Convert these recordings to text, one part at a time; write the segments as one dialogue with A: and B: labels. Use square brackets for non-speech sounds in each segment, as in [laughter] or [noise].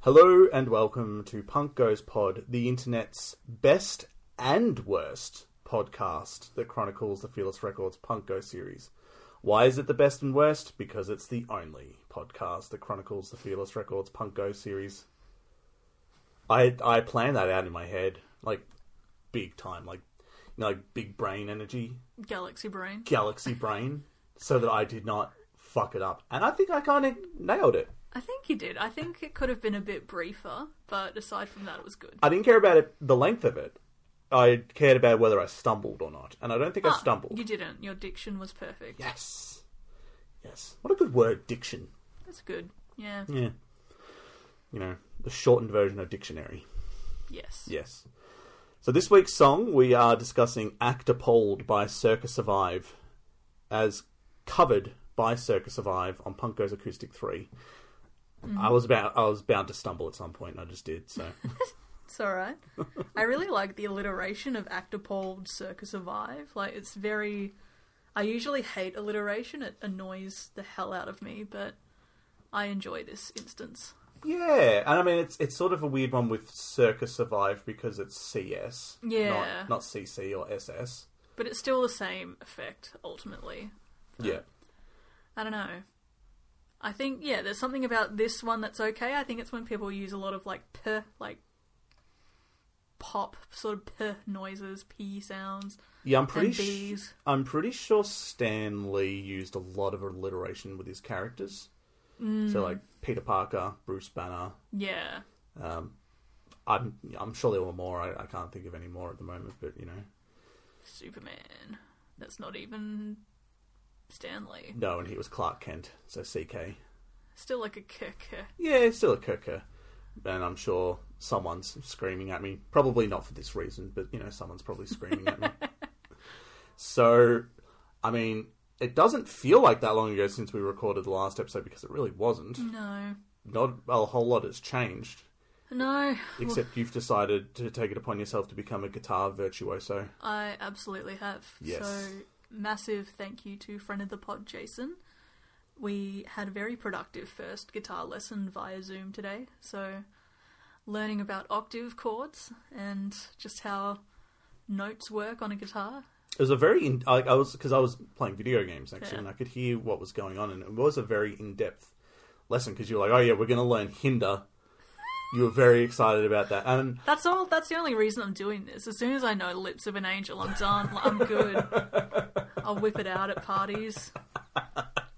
A: Hello and welcome to Punk Goes Pod, the internet's best and worst podcast that chronicles the Fearless Records Punk Go series. Why is it the best and worst? Because it's the only podcast that chronicles the Fearless Records Punk Go series. I I plan that out in my head, like big time, like you know, like big brain energy,
B: Galaxy Brain.
A: galaxy brain, so that I did not fuck it up. And I think I kind of nailed it.
B: I think you did. I think it could have been a bit briefer, but aside from that, it was good.
A: I didn't care about it, the length of it. I cared about whether I stumbled or not, and I don't think I
B: Ah,
A: stumbled.
B: You didn't. Your diction was perfect.
A: Yes, yes. What a good word, diction.
B: That's good. Yeah.
A: Yeah, you know, the shortened version of dictionary.
B: Yes.
A: Yes. So this week's song we are discussing "Actapold" by Circa Survive, as covered by Circa Survive on Punk Goes Acoustic 3
B: Mm-hmm.
A: I was about I was bound to stumble at some point, and I just did. So [laughs]
B: It's alright. I really like the alliteration of Actopold, Circus Survive. Like, it's very. I usually hate alliteration, it annoys the hell out of me, but I enjoy this instance.
A: Yeah, and I mean it's it's sort of a weird one with Circa Survive because it's CS,
B: Yeah.
A: not, not CC or SS.
B: But it's still the same effect, ultimately.
A: Yeah,
B: I don't know. I think yeah, there's something about this one that's okay. I think it's when people use a lot of like p like pop sort of p noises, p sounds,
A: yeah. I'm pretty
B: and
A: sh-
B: b's.
A: I'm pretty sure Stan Lee used a lot of alliteration with his characters.
B: Mm.
A: So like Peter Parker, Bruce Banner.
B: Yeah,
A: Um, I'm I'm sure there were more. I, I can't think of any more at the moment, but you know,
B: Superman. That's not even Stanley.
A: no. And he was Clark Kent, so CK.
B: Still like a kick.
A: Yeah, it's still a cooker. And I'm sure someone's screaming at me. Probably not for this reason, but you know, someone's probably screaming at me. So, I mean, it doesn't feel like that long ago since we recorded the last episode because it really wasn't.
B: No,
A: Not a whole lot has changed,
B: no.
A: except you've decided to take it upon yourself to become a guitar virtuoso.
B: I absolutely have.
A: Yes.
B: So massive thank you to friend of the pod Jason. We had a very productive first guitar lesson via Zoom today. So learning about octave chords and just how notes work on a guitar.
A: It was a very in, I, I was because I was playing video games actually,
B: Yeah.
A: and I could hear what was going on, and it was a very in depth lesson because you were like, "Oh yeah, we're going to learn Hinder." You were very excited about that, and
B: That's all. That's the only reason I'm doing this. As soon as I know "Lips of an Angel," I'm done. I'm good. I'll whip it out at parties,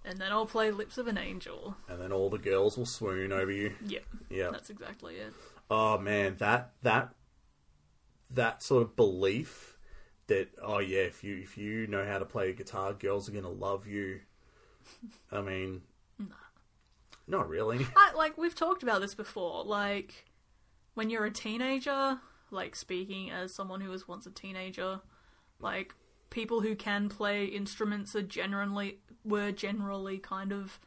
B: and then I'll play "Lips of an Angel."
A: and then all the girls will swoon over you.
B: Yep,
A: Yeah.
B: that's exactly it.
A: Oh man, that that that sort of belief that oh yeah, if you if you know how to play guitar, girls are going to love you. I mean, not really.
B: I, like we've talked about this before like when you're a teenager like speaking as someone who was once a teenager like people who can play instruments are generally were generally kind of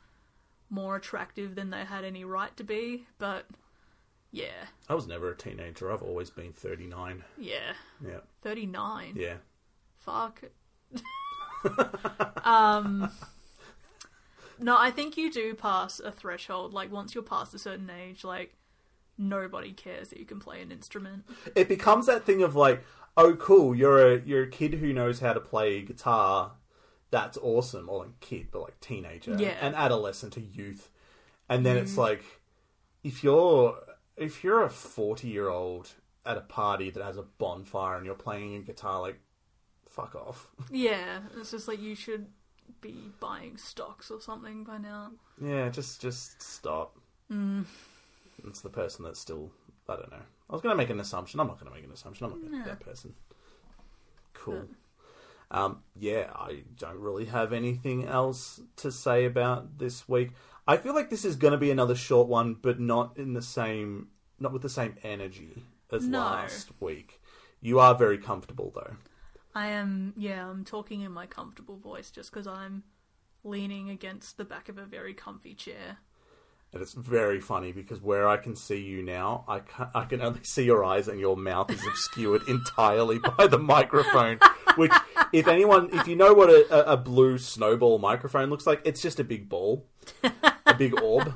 B: more attractive than they had any right to be but yeah
A: I was never a teenager. I've always been thirty nine.
B: yeah
A: Yeah,
B: 39
A: yeah.
B: fuck um no i think you do pass a threshold like once you're past a certain age like nobody cares that you can play an instrument
A: it becomes that thing of like, oh, cool, you're a you're a kid who knows how to play guitar. That's awesome. Or like kid, but like teenager,
B: Yeah.
A: and adolescent to youth. And then it's like, if you're if you're a forty year old at a party that has a bonfire and you're playing a guitar, like, fuck off.
B: yeah it's just like you should be buying stocks or something by now
A: Yeah, just just stop. Mm. It's the person that's still. I don't know. I was going to make an assumption. I'm not going to make an assumption. I'm not going to
B: No.
A: be that person. Cool. Um, yeah, I don't really have anything else to say about this week. I feel like this is going to be another short one, but not in the same, not with the same energy as
B: No.
A: last week. You are very comfortable though.
B: i am yeah i'm talking in my comfortable voice just because i'm leaning against the back of a very comfy chair
A: And it's very funny because where I can see you now, I can, I can only see your eyes and your mouth is obscured [laughs] entirely by the microphone. Which, if anyone, if you know what a, a- a blue snowball microphone looks like, it's just a big ball, a big orb.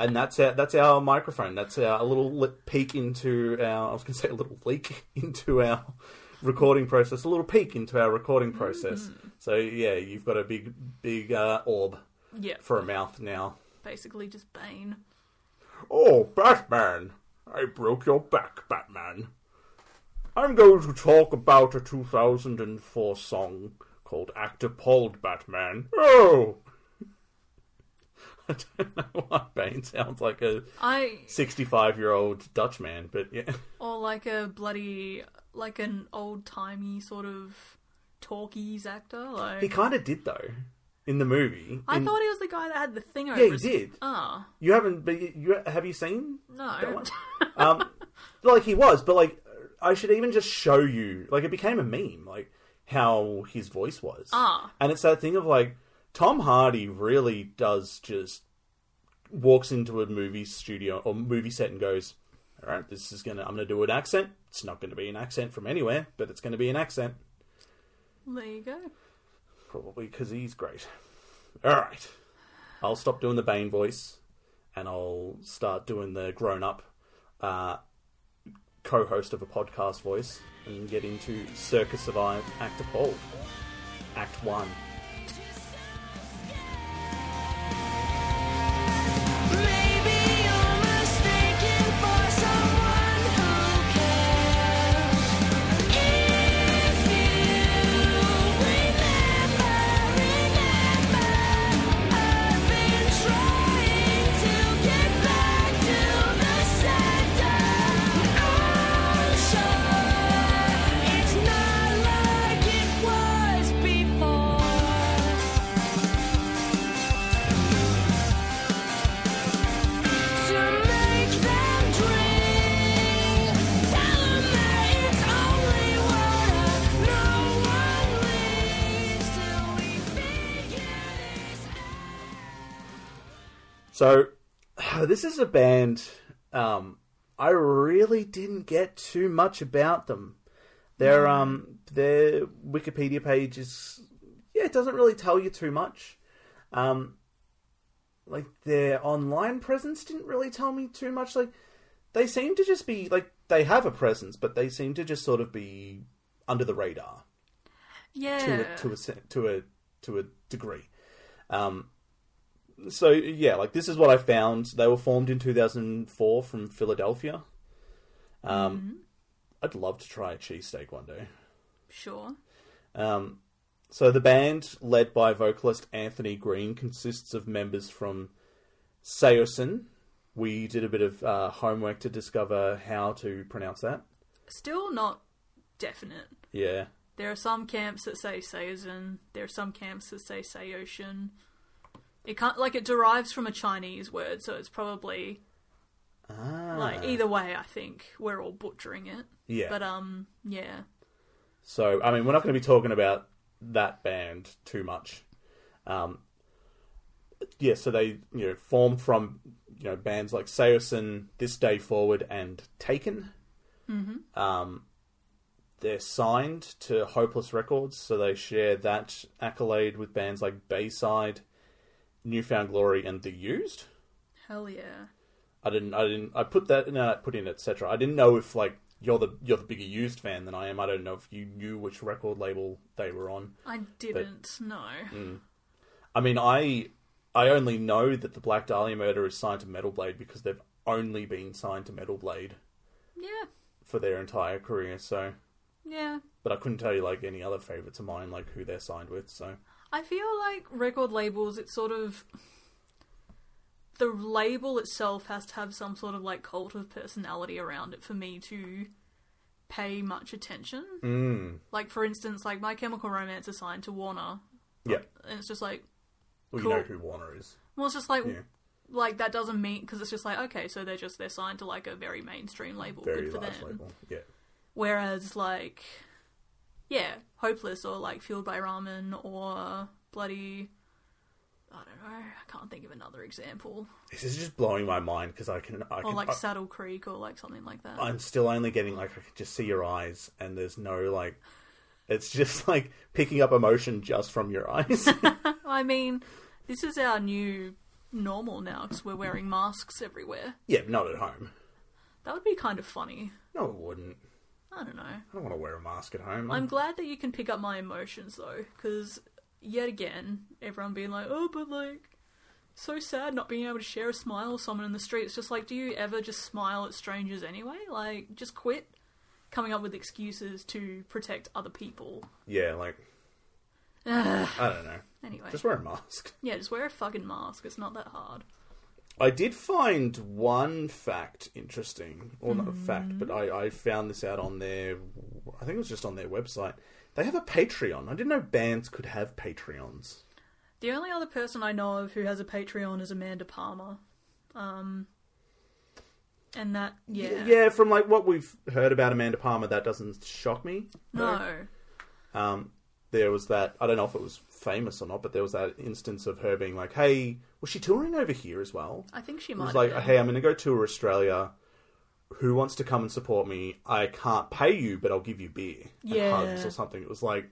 A: And that's our that's our microphone. That's our a little li- peek into our. I was going to say a little leak [laughs] into our recording process. A little peek into our recording process. So yeah, you've got a big big uh, orb
B: Yeah,
A: for a mouth now.
B: basically just Bane.
A: Oh, Batman! I broke your back, Batman. I'm going to talk about a 2004 song called Actor Pulled Batman. Oh! [laughs] I don't know why Bane sounds like a
B: I
A: 65 year old Dutch man, but yeah.
B: or like a bloody like an old timey sort of talkies actor. Like
A: He kind of did, though, in the movie.
B: I
A: In-
B: thought he was the guy that had the thing over.
A: Yeah, he
B: his...
A: did.
B: Ah,
A: You haven't, but you, you have you seen that
B: no.
A: one? um, like he was, but like I should even just show you. Like it became a meme, like how his voice was.
B: Ah.
A: and it's that thing of like Tom Hardy really does just walks into a movie studio or movie set and goes, "All right, this is gonna. I'm gonna do an accent. It's not gonna be an accent from anywhere, but it's gonna be an accent."
B: [laughs] There you go.
A: Probably because he's great. [laughs] All right. I'll stop doing the Bane voice and I'll start doing the grown up uh, co host of a podcast voice and get into Circus Survive Act Appalled. Act 1.
C: Maybe you're mistaken for someone who cares. If you remember, remember, I've been trying to get back to the center. I'm sure it's not like it was before. To make them dream, tell 'em that it's only water. No one leaves till we figure this out.
A: So, [sighs] this is a band um, I really didn't get too much about them. Their um, their Wikipedia page is yeah, it doesn't really tell you too much. Um, like their online presence didn't really tell me too much. Like they seem to just be like they have a presence, but they seem to just sort of be under the radar
B: Yeah.
A: to a, to a se- to a to a degree. Um, so yeah, like this is what I found. They were formed in 2004 from Philadelphia. Um, I'd love to try a cheesesteak one day.
B: Sure.
A: Um, so the band, led by vocalist Anthony Green, consists of members from Seosin. We did a bit of uh, homework to discover how to pronounce that.
B: Still not definite.
A: Yeah,
B: There are some camps that say Seiyajin. There are some camps that say Seiyoshin. It can't like it derives from a Chinese word, so it's probably like either way. I think we're all butchering it.
A: Ah. yeah.
B: But um, yeah,
A: So, I mean, we're not going to be talking about that band too much. Um, yeah, so they, you know, form from, you know, bands like Seosin, This Day Forward, and Taken. Mm-hmm. Um, they're signed to Hopeless Records, so they share that accolade with bands like Bayside, Newfound Glory, and The Used.
B: hell yeah.
A: I didn't. I didn't. I put that. No, I put in etc. I didn't know if like you're the you're the bigger used fan than I am. I don't know if you knew which record label they were on.
B: I didn't know.
A: I mean, I I only know that the Black Dahlia Murder is signed to Metal Blade because they've only been signed to Metal Blade
B: Yeah,
A: for their entire career. So,
B: yeah.
A: but I couldn't tell you like any other favorites of mine, like who they're signed with. So,
B: I feel like record labels. It's sort of the label itself has to have some sort of like cult of personality around it for me to pay much attention.
A: mm.
B: Like for instance, like My Chemical Romance is signed to Warner,
A: yeah,
B: and it's just like,
A: well,
B: Cool.
A: you know who Warner is.
B: well, it's just like,
A: Yeah.
B: like that doesn't mean because it's just like, okay, so they're just they're signed to like a very mainstream label,
A: Very
B: good for them.
A: large label. Yeah.
B: Whereas like, yeah, Hopeless or like Fueled by Ramen or bloody, I don't know, I can't think of another example,
A: This is just blowing my mind because I can. I
B: or
A: can
B: Oh, like
A: I-
B: Saddle Creek or like something like that.
A: I'm still only getting like I can just see your eyes, and there's no like, it's just like
B: [laughs]
A: picking up emotion just from your eyes.
B: I mean, this is our new normal now because we're wearing masks everywhere.
A: Yeah, but not at home.
B: That would be kind of funny.
A: No, it wouldn't.
B: I don't know.
A: I don't want to wear a mask at home.
B: I'm glad that you can pick up my emotions though, because yet again, everyone being like, oh, but like, so sad not being able to share a smile with someone in the street. It's just like, do you ever just smile at strangers anyway? Like, just quit coming up with excuses to protect other people.
A: yeah, like I don't know.
B: Anyway,
A: Just wear a mask.
B: yeah, just wear a fucking mask. It's not that hard.
A: I did find one fact interesting. Well, not a
B: Mm-hmm.
A: fact, but I, I found this out on their. I think it was just on their website. They have a Patreon. I didn't know bands could have Patreons.
B: The only other person I know of who has a Patreon is Amanda Palmer. Um, and that, yeah.
A: Yeah, from like what we've heard about Amanda Palmer, that doesn't shock me.
B: No.
A: Um, there was that. I don't know if it was famous or not, but there was that instance of her being like, "Hey, was she touring over here as well?"
B: I think she
A: It
B: might.
A: was like,
B: have been.
A: "Hey, I'm going to go tour Australia. Who wants to come and support me? I can't pay you, but I'll give you beer and
B: Yeah.
A: hugs or something." It was like,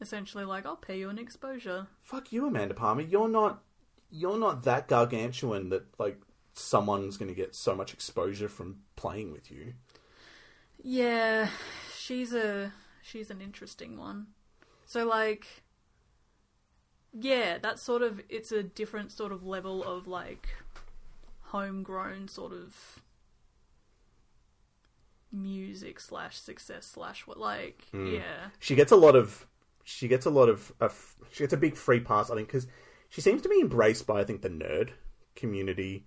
B: essentially like I'll pay you an exposure.
A: "Fuck you, Amanda Palmer. You're not, you're not that gargantuan that like someone's going to get so much exposure from playing with you."
B: Yeah, she's a she's an interesting one. So like yeah, that's sort of it's a different sort of level of like homegrown sort of music slash success slash what like yeah
A: She gets a lot of, she gets a lot of, a f- she gets a big free pass. I think because she seems to be embraced by I think the nerd community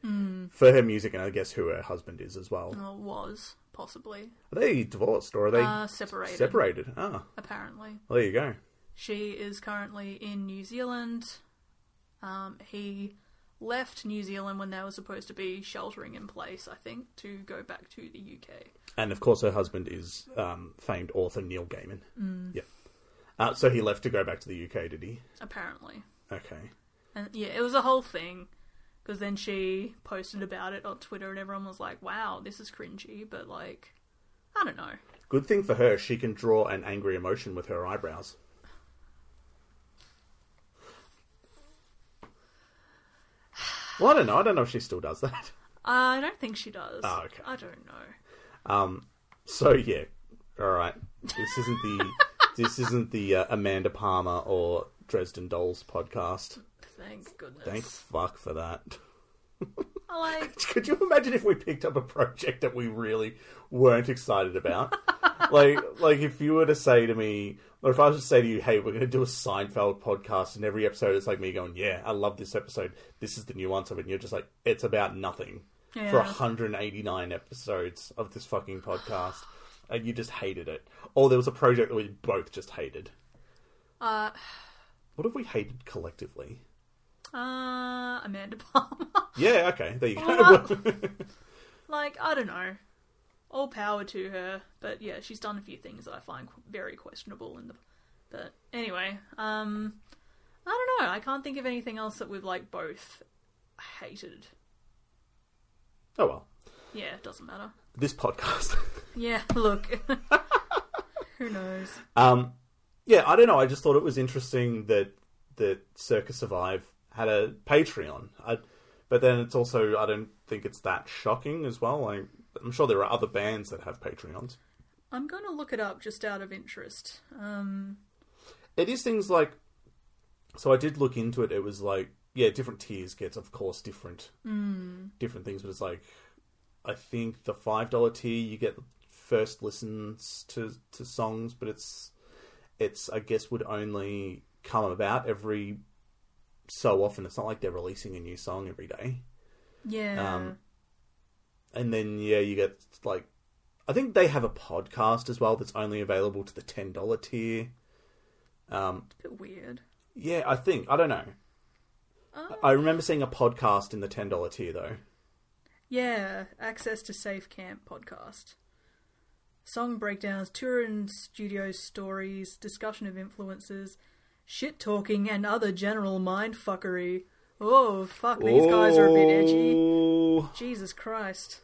A: for her music, and I guess who her husband is as well.
B: or was possibly
A: Are they divorced or are they
B: uh, separated
A: separated? Ah.
B: apparently
A: Well, there you go.
B: She is currently in New Zealand. Um, he left New Zealand when they were supposed to be sheltering in place, I think, to go back to the UK.
A: And of course, her husband is um, famed author Neil Gaiman. Mm. Yeah. Uh, so he left to go back to the UK, did he?
B: Apparently,
A: Okay.
B: and yeah, it was a whole thing. Because then she posted about it on Twitter, and everyone was like, "Wow, this is cringy," but like, I don't know.
A: Good thing for her, she can draw an angry emotion with her eyebrows. Well, I don't know. I don't know if she still does that. [laughs]
B: I don't think she does.
A: Oh, okay.
B: I don't know.
A: Um, so yeah, all right. This isn't the this isn't the uh, Amanda Palmer or Dresden Dolls podcast.
B: Thank goodness.
A: Thank fuck for that.
B: I
A: [laughs]
B: like
A: Could you imagine if we picked up a project that we really weren't excited about? [laughs] like, like if you were to say to me, or if I was to say to you, "Hey, we're going to do a Seinfeld podcast," and every episode it's like me going, "Yeah, I love this episode. This is the nuance of it," and you're just like, "It's about nothing." For
B: Yeah.
A: 189 episodes of this fucking podcast, [sighs] and you just hated it. Or there was a project that we both just hated.
B: uh,
A: What have we hated collectively?
B: uh, Amanda Palmer.
A: Yeah, okay, there you go.
B: like I don't know. All power to her, but yeah, she's done a few things that I find qu- very questionable. In the, but anyway, um, I don't know. I can't think of anything else that we've like both hated.
A: oh well,
B: Yeah, it doesn't matter.
A: this podcast. [laughs]
B: Yeah, [laughs] look, who knows?
A: Um, yeah, I don't know. I just thought it was interesting that that Circus Survive had a Patreon. I, but then it's also I don't think it's that shocking as well. I, I'm sure there are other bands that have Patreons.
B: I'm gonna look it up just out of interest. Um,
A: It is things like. So I did look into it. It was like yeah, different tiers gets of course different different things, but it's like I think the five dollar tier you get first listens to to songs, but it's it's I guess would only come about every so often. It's not like they're releasing a new song every day.
B: yeah,
A: Um, And then yeah, you get like I think they have a podcast as well that's only available to the ten dollar tier. Um,
B: it's a bit weird.
A: yeah, I think I don't know.
B: Oh.
A: I remember seeing a podcast in the ten dollar tier though.
B: Yeah, access to Safe Camp podcast. Song breakdowns, tour and studio stories, discussion of influences, shit talking, and other general mind fuckery. Oh, fuck, these guys are a bit edgy.
A: Oh.
B: Jesus Christ.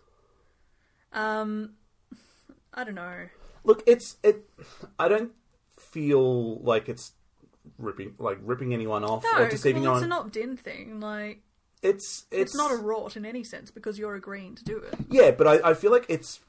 B: Um, I don't know.
A: Look, it's it. I don't feel like it's ripping like ripping anyone off
B: No,
A: or deceiving
B: well, it's
A: anyone.
B: an opt in thing. Like,
A: It's, it's
B: It's not a rot in any sense because you're agreeing to do it.
A: yeah, but I, I feel like it's.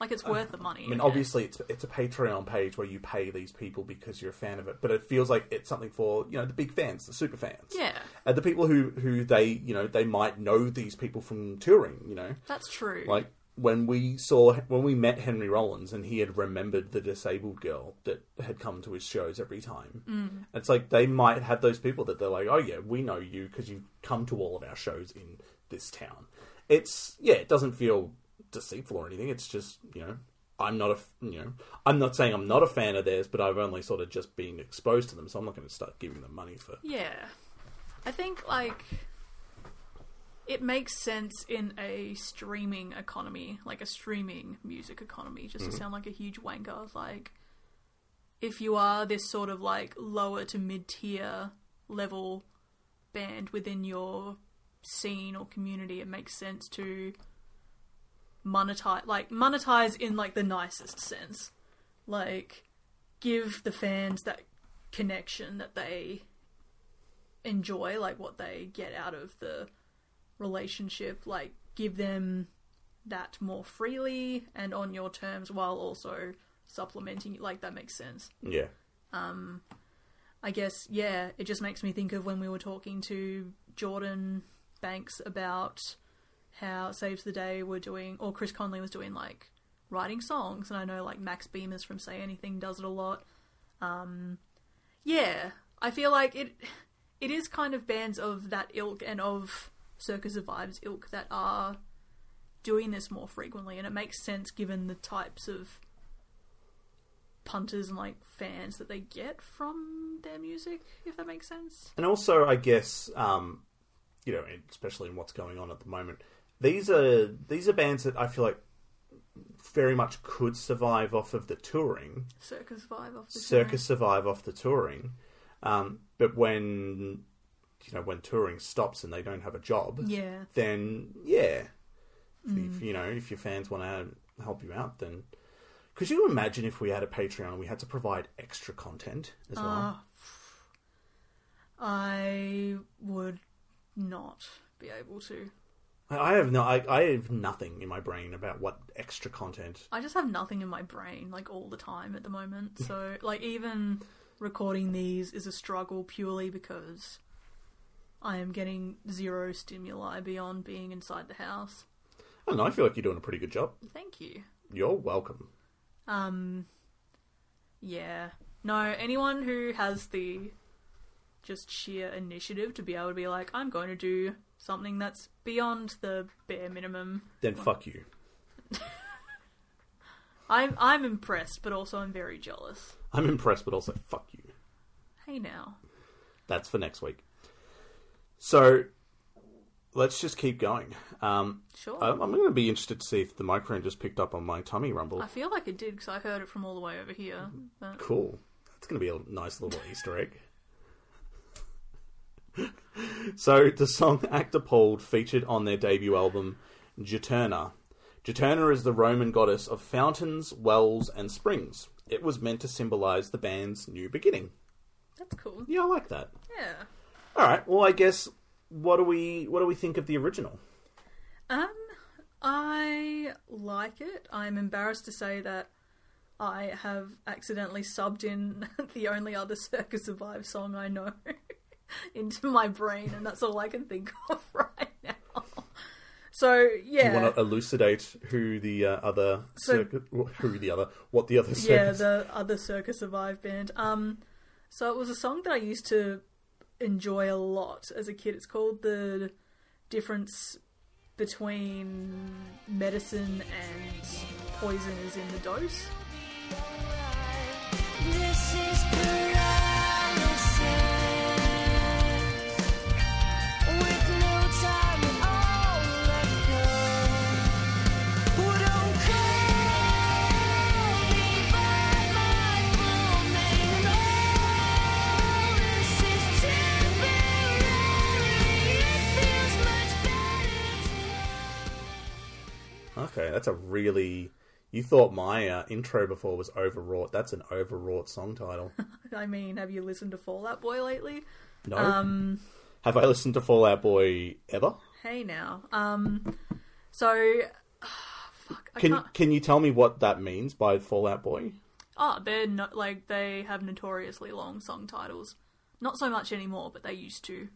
B: Like it's worth the money.
A: Uh, I mean, obviously, it's it's a Patreon page where you pay these people because you're a fan of it, but it feels like it's something for you know the big fans, the super fans,
B: Yeah.
A: and the people who who they you know they might know these people from touring, you know,
B: That's true.
A: like when we saw when we met Henry Rollins and he had remembered the disabled girl that had come to his shows every time. Mm. It's like they might have those people that they're like, oh yeah, we know you because you come to all of our shows in this town. It's yeah, it doesn't feel deceitful or anything. It's just you know. I'm not a f- you know I'm not saying I'm not a fan of theirs, but I've only sort of just been exposed to them, so I'm not going to start giving them money for.
B: Yeah. I think, like, it makes sense in a streaming economy, like a streaming music economy, just to sound like a huge wanker. Like, if you are this sort of, like, lower to mid tier level band within your scene or community, it makes sense to monetize, like, monetize in, like, the nicest sense. Like, give the fans that connection that they enjoy like what they get out of the relationship like give them that more freely and on your terms while also supplementing like that makes sense
A: Yeah,
B: i guess yeah it just makes me think of when we were talking to jordan banks about how saves the day were doing or chris conley was doing like writing songs and i know like max beamers from say anything does it a lot Um, yeah i feel like it it is kind of bands of that ilk and of circus of vibes ilk that are doing this more frequently and it makes sense given the types of punters and like fans that they get from their music if that makes sense
A: And also, I guess, um, you know, especially in what's going on at the moment, these are these are bands that I feel like very much could survive off of the touring,
B: circus vibe off the
A: circus survive off the touring, um, but when you know when touring stops and they don't have a job,
B: touring. yeah
A: then yeah, if, you know, if your fans want to help you out, then could you imagine if we had a Patreon and we had to provide extra content as well?
B: i would not be able to
A: I I have no, I, I have nothing in my brain about what extra content.
B: I just have nothing in my brain like all the time at the moment. So like even recording these is a struggle purely because I am getting zero stimuli beyond being inside the house.
A: I don't know. I feel like you're doing a pretty good job.
B: Thank you.
A: You're welcome.
B: Um yeah. No, anyone who has the just sheer initiative to be able to be like I'm going to do something that's beyond the bare minimum.
A: Then fuck you.
B: I'm I'm impressed but also I'm very jealous.
A: I'm impressed, but also fuck you.
B: Hey now.
A: That's for next week. So let's just keep going. Um,
B: Sure.
A: I'm, I'm going to be interested to see if the microphone just picked up on my tummy rumble.
B: I feel like it did because I heard it from all the way over here. But
A: Cool. That's going to be a nice little Easter egg. so, the song Actor Polled featured on their debut album, Juturna. Juturna is the Roman goddess of fountains, wells, and springs. It was meant to symbolize the band's new beginning.
B: that's cool.
A: Yeah, I like that.
B: Yeah.
A: All right. Well, I guess what do we what do we think of the original?
B: Um, I like it. I'm embarrassed to say that I have accidentally subbed in [laughs] the only other Circus Survive song I know [laughs] into my brain, and that's all I can think [laughs] of right now. So yeah,
A: Do you want to elucidate who the uh, other
B: So-
A: circuit, who the other what the other
B: yeah,
A: circus?
B: the other Circus Survive band. Um, so it was a song that I used to enjoy a lot as a kid. It's called the difference between medicine and poison is in the dose.
C: This is paralysis with no time at all left go. Don't call me by my full name. No, this is temporary. It feels much better.
A: Okay, that's a really. You thought my uh, intro before was overwrought. That's an
B: [laughs]
A: overwrought song title.
B: I mean, have you listened to Fallout Boy lately?
A: No.
B: Um,
A: Have I listened to Fallout Boy ever?
B: Hey now. Um, so. [sighs] Fuck. I
A: Can
B: can't.
A: can you tell me what that means by Fallout Boy?
B: Ah, they're no, like they have notoriously long song titles. Not so much anymore, but they used to.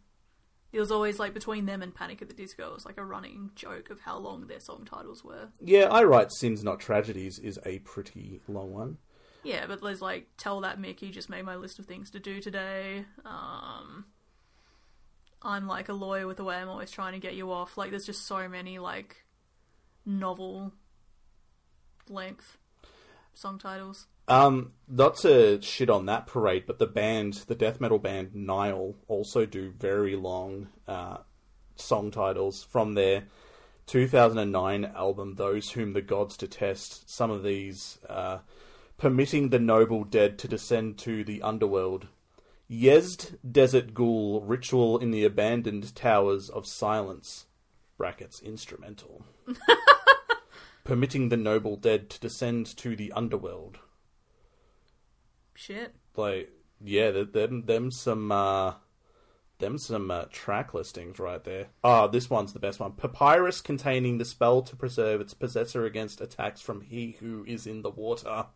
B: It was always like between them and Panic at the Disco. It was like a running joke of how long their song titles were.
A: Yeah, I write Sins Not Tragedies is a pretty long one.
B: Yeah, but there's like Tell That Mickey just made my list of things to do today. Um, I'm like a lawyer with a way I'm always trying to get you off. Like there's just so many like novel length song titles.
A: Um, not to shit on that parade, but the band, the death metal band Nile, also do very long uh, song titles from their 2009 album "Those Whom the Gods Detest." Some of these, uh, permitting the noble dead to descend to the underworld. Yezd Desert Ghoul ritual in the abandoned towers of silence. Brackets instrumental. permitting the noble dead to descend to the underworld
B: Shit.
A: like yeah th- them them some uh them some uh, track listings right there ah this one's the best one papyrus containing the spell to preserve its possessor against attacks from he who is in the water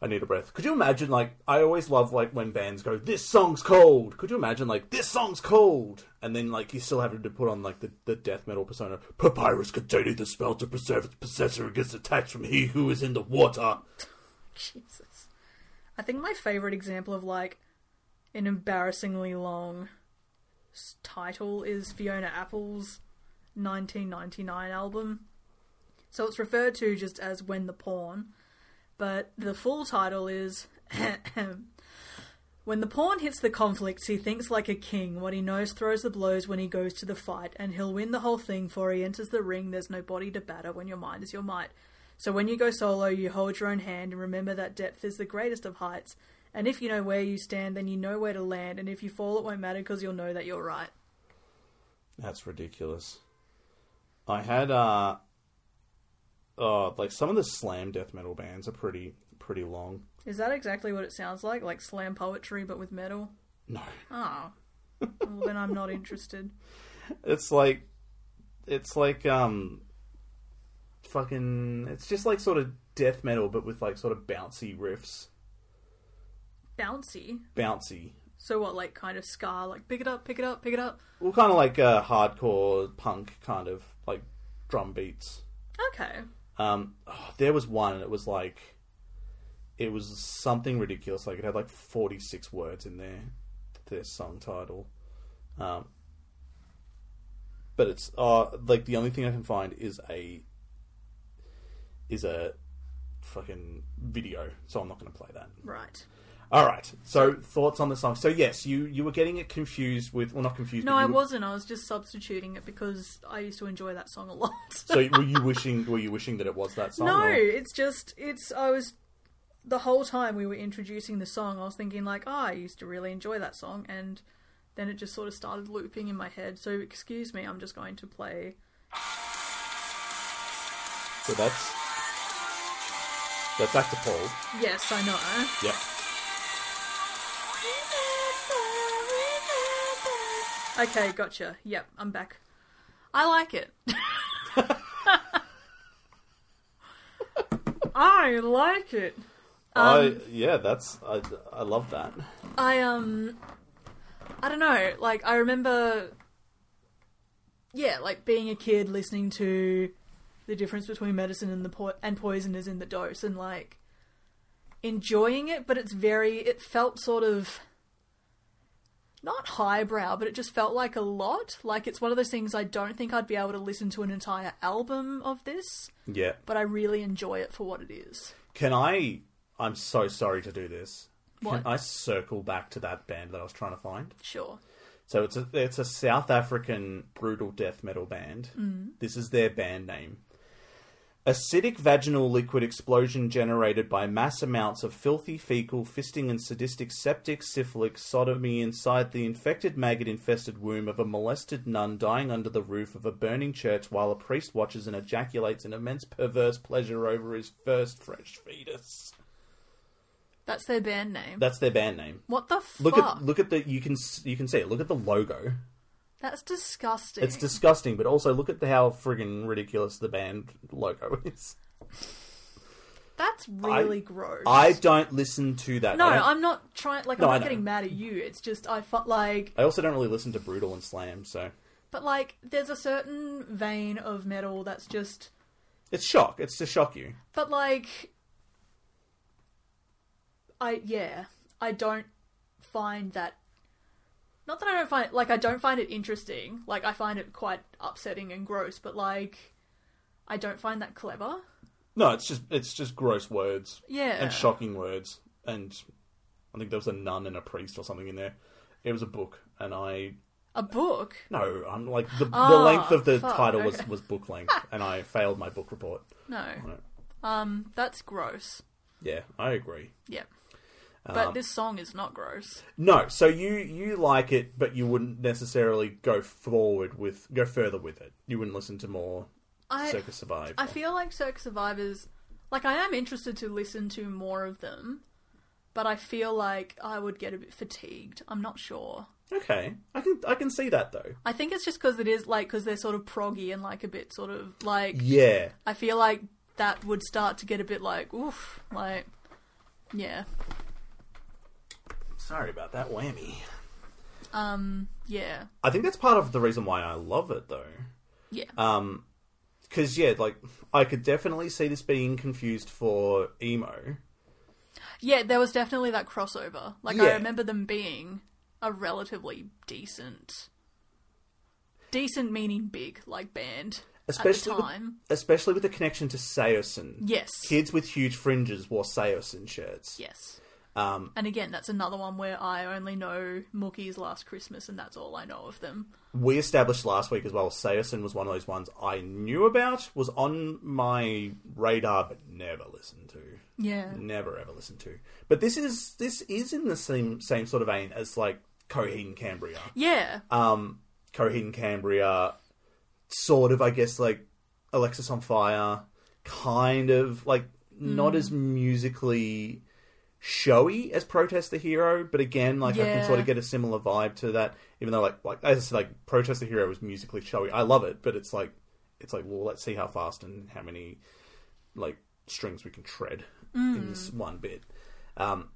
A: i need a breath could you imagine like i always love like when bands go this song's cold could you imagine like this song's cold and then like you still having to put on like the, the death metal persona papyrus containing the spell to preserve its possessor against attacks from he who is in the water
B: [laughs] Jesus. I think my favorite example of like an embarrassingly long s- title is Fiona Apple's 1999 album. So it's referred to just as When the Pawn, but the full title is [clears throat] When the pawn hits the conflicts, he thinks like a king. What he knows throws the blows when he goes to the fight, and he'll win the whole thing, for he enters the ring. There's no body to batter when your mind is your might. So when you go solo, you hold your own hand and remember that depth is the greatest of heights. And if you know where you stand, then you know where to land. And if you fall, it won't matter because you'll know that you're right.
A: That's ridiculous. I had uh oh like some of the slam death metal bands are pretty pretty long.
B: Is that exactly what it sounds like? Like slam poetry, but with metal?
A: No.
B: Oh. well, then I'm not interested.
A: It's like it's like um fucking it's just like sort of death metal but with like sort of bouncy riffs.
B: Bouncy.
A: Bouncy.
B: So what, like kind of scar, like pick it up, pick it up, pick it up?
A: Well kind of like uh hardcore punk kind of like drum beats.
B: Okay.
A: Um, oh, there was one, and it was like, it was something ridiculous. Like it had like forty six words in their their song title. Um, but it's uh like the only thing I can find is a is a fucking video, so I'm not going to play that.
B: Right.
A: All right. So thoughts on the song? So yes, you you were getting it confused with, well, not confused.
B: No,
A: but you
B: I
A: were-
B: wasn't. I was just substituting it because I used to enjoy that song a lot. [laughs]
A: So were you wishing? Were you wishing that it was that song?
B: no,
A: or-
B: it's just it's. I was the whole time we were introducing the song. I was thinking like, oh, I used to really enjoy that song, and then it just sort of started looping in my head. So excuse me, I'm just going to play.
A: So that's that's Actapole.
B: Yes, I know.
A: Yeah.
B: Okay, gotcha. Yep, I'm back. I like it. [laughs] I like it.
A: I yeah, that's I, I love that.
B: I um I don't know, like I remember yeah, like being a kid listening to the difference between medicine and the po- and poison is in the dose and like enjoying it, but it's very it felt sort of not highbrow, but it just felt like a lot. Like it's one of those things I don't think I'd be able to listen to an entire album of this,
A: Yeah.
B: but I really enjoy it for what it is.
A: Can I? I'm so sorry to do this.
B: What?
A: Can I circle back to that band that I was trying to find?
B: Sure.
A: So it's a it's a South African brutal death metal band. Mm. This is their band name. Acidic vaginal liquid explosion generated by mass amounts of filthy fecal, fisting, and sadistic septic syphilic sodomy inside the infected maggot infested womb of a molested nun dying under the roof of a burning church while a priest watches and ejaculates an immense perverse pleasure over his first fresh fetus.
B: That's their band name.
A: That's their band name.
B: what the fuck?
A: Look at look at the you can s- you can see it. Look at the logo.
B: That's disgusting.
A: It's disgusting, but also look at how friggin' ridiculous the band logo is.
B: That's really gross.
A: I don't listen to that.
B: no,
A: I, don't-
B: I'm not trying. Like,
A: No, I
B: I'm
A: know.
B: not getting mad at you. It's just I felt like,
A: I also don't really listen to Brutal and Slam, so
B: but like, there's a certain vein of metal that's just,
A: it's shock. It's to shock you.
B: but like, I yeah, I don't find that. Not that I don't find like I don't find it interesting. Like I find it quite upsetting and gross, but like, I don't find that clever.
A: No, it's just it's just gross words
B: Yeah.
A: and shocking words, and I think there was a nun and a priest or something in there. It was a book, and I
B: A book.
A: no, I'm like the, the
B: Oh,
A: length of the
B: fuck,
A: title was
B: okay.
A: was book length, and I failed my book report.
B: No.
A: on it.
B: Um, that's gross.
A: Yeah, I agree.
B: Yep. But this song is not gross.
A: No, so you you like it, but you wouldn't necessarily go forward with go further with it. You wouldn't listen to more
B: I
A: Circus Survive.
B: I feel like Cirque Survivors like I am interested to listen to more of them, but I feel like I would get a bit fatigued. I'm not sure.
A: okay, I can I can see that though.
B: I think it's just because it is like because they're sort of proggy and like a bit sort of like
A: Yeah,
B: I feel like that would start to get a bit like oof like yeah
A: sorry about that whammy.
B: um yeah
A: I think that's part of the reason why I love it though.
B: yeah
A: Um, because yeah, like I could definitely see this being confused for emo.
B: yeah there was definitely that crossover like
A: Yeah.
B: I remember them being a relatively decent decent meaning big like band
A: Especially
B: at
A: with-
B: the time.
A: Especially with the connection to Seosin.
B: Yes.
A: Kids with huge fringes wore Seosin shirts.
B: Yes.
A: Um,
B: And again, that's another one where I only know Mookie's Last Christmas, and that's all I know of them.
A: We established last week as well, Seosin was one of those ones I knew about, was on my radar, but never listened to.
B: Yeah.
A: Never ever listened to. But this is this is in the same same sort of vein as like Coheed and Cambria.
B: Yeah.
A: um, Coheed and Cambria, sort of, I guess, like Alexis on Fire, kind of like not as musically showy as Protest the Hero, but again, like I can
B: Yeah.
A: sort of get a similar vibe to that. Even though, like, like as I said, like Protest the Hero was musically showy. I love it, but it's like, it's like, well, let's see how fast and how many like strings we can tread in this one bit. Um,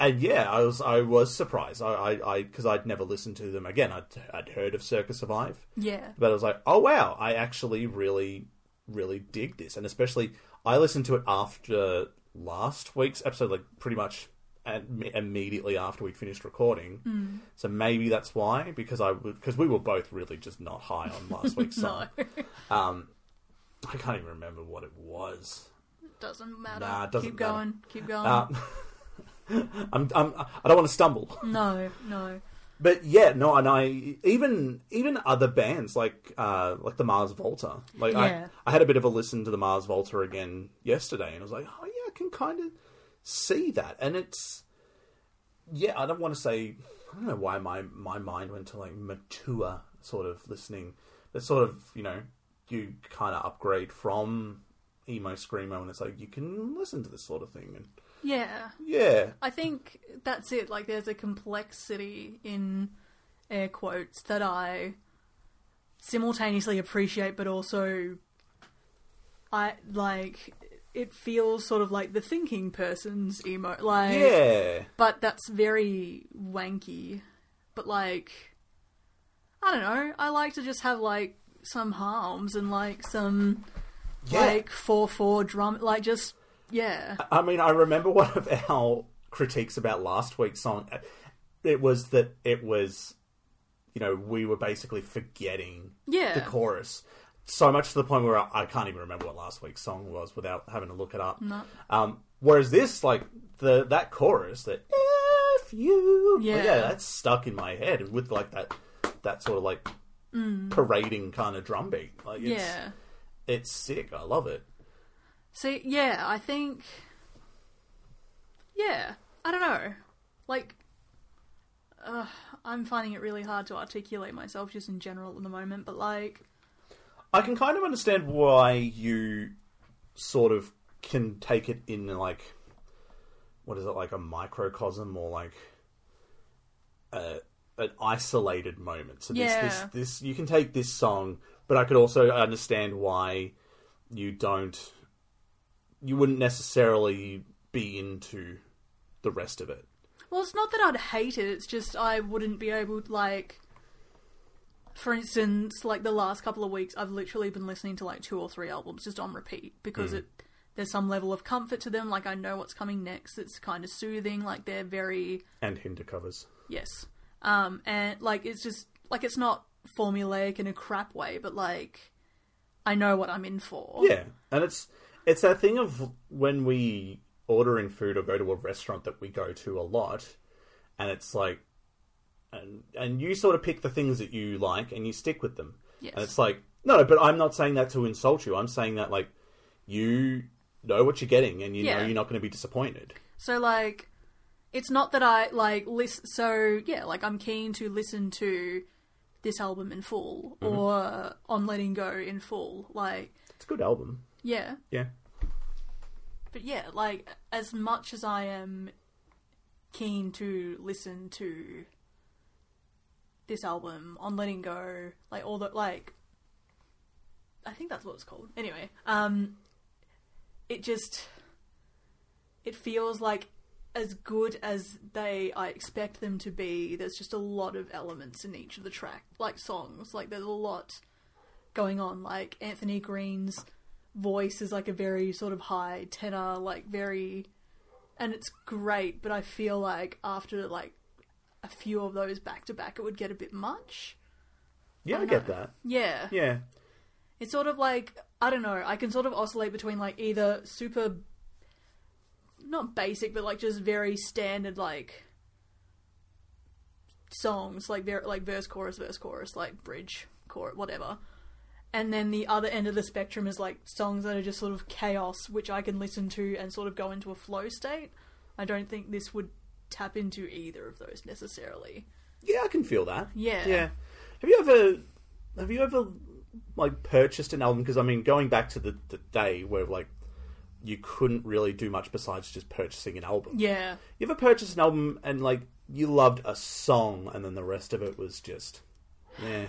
A: and yeah, I was I was surprised. I I because I'd never listened to them again. I'd I'd heard of Circus Survive,
B: yeah.
A: but I was like, oh wow, I actually really really dig this, and especially I listened to it after last week's episode, like pretty much at, immediately after we finished recording. So maybe that's why because I because we were both really just not high on last
B: [laughs]
A: week's
B: No,
A: song.
B: it
A: Um, I can't even remember what it was.
B: doesn't matter.
A: Nah, it doesn't
B: Keep going. Keep going.
A: Um, [laughs] I'm, I'm, I don't want to stumble.
B: no, no.
A: But yeah, no, and I even even other bands like uh like the Mars Volta. Like
B: Yeah.
A: I I had a bit of a listen to the Mars Volta again yesterday, and I was like, oh yeah, I can kind of see that, and it's yeah, I don't want to say I don't know why my my mind went to like mature sort of listening, but sort of you know you kind of upgrade from emo screamo, and it's like you can listen to this sort of thing, and
B: Yeah.
A: yeah,
B: I think that's it. Like, there's a complexity in air quotes that I simultaneously appreciate, but also I like. It feels sort of like the thinking person's emo. Like,
A: yeah.
B: but that's very wanky. But like, I don't know. I like to just have like some harms and like some
A: Yeah.
B: like four four drum, like just yeah,
A: I mean, I remember [laughs] one of our critiques about last week's song. It was that it was, you know, we were basically forgetting
B: Yeah.
A: the chorus so much to the point where I, I can't even remember what last week's song was without having to look it up.
B: No.
A: Um, whereas this, like the that chorus, that if you,
B: Yeah.
A: yeah, that's stuck in my head with like that that sort of like parading kind of drum beat. Like, it's,
B: Mm. yeah.
A: it's sick. I love it.
B: See, yeah, I think. Yeah, I don't know. Like, uh, I'm finding it really hard to articulate myself just in general at the moment, but like,
A: I can kind of understand why you sort of can take it in like what is it like a microcosm or like a, an isolated moment. So this, this
B: Yeah.
A: this you can take this song, but I could also understand why you don't you wouldn't necessarily be into the rest of it.
B: Well, it's not that I'd hate it, it's just I wouldn't be able to, like. For instance, like the last couple of weeks, I've literally been listening to like two or three albums just on repeat because it there's some level of comfort to them. Like I know what's coming next. It's kind of soothing. Like they're very
A: And Hinder covers.
B: yes, um, and like it's just like it's not formulaic in a crap way, but like I know what I'm in for.
A: Yeah, and it's it's that thing of when we order in food or go to a restaurant that we go to a lot, and it's like, and and you sort of pick the things that you like and you stick with them.
B: Yes.
A: And it's like, no, but I'm not saying that to insult you. I'm saying that like you know what you're getting and you know
B: Yeah.
A: you're not going to be disappointed.
B: So like, it's not that I like list. So yeah, like I'm keen to listen to this album in full or on Letting Go in full. Like
A: It's a good album.
B: yeah,
A: Yeah.
B: but yeah, like as much as I am keen to listen to this album on Letting Go, like all the like I think that's what it's called. Anyway, um it just it feels like as good as they I expect them to be, there's just a lot of elements in each of the track like songs. Like there's a lot going on. Like Anthony Green's voice is like a very sort of high tenor, like very, and it's great. But I feel like after like a few of those back to back, it would get a bit much.
A: Yeah, I,
B: I
A: get
B: know.
A: that.
B: Yeah.
A: Yeah.
B: it's sort of like I don't know. I can sort of oscillate between like either super, not basic, but like just very standard like songs, like ver- like verse chorus verse chorus, like bridge chorus whatever. And then the other end of the spectrum is like songs that are just sort of chaos, which I can listen to and sort of go into a flow state. I don't think this would tap into either of those necessarily.
A: Yeah, I can feel that.
B: Yeah.
A: Yeah. Have you ever have you ever like purchased an album because I mean going back to the, the day where like you couldn't really do much besides just purchasing an album.
B: Yeah.
A: You ever purchased an album and like you loved a song and then the rest of it was just yeah.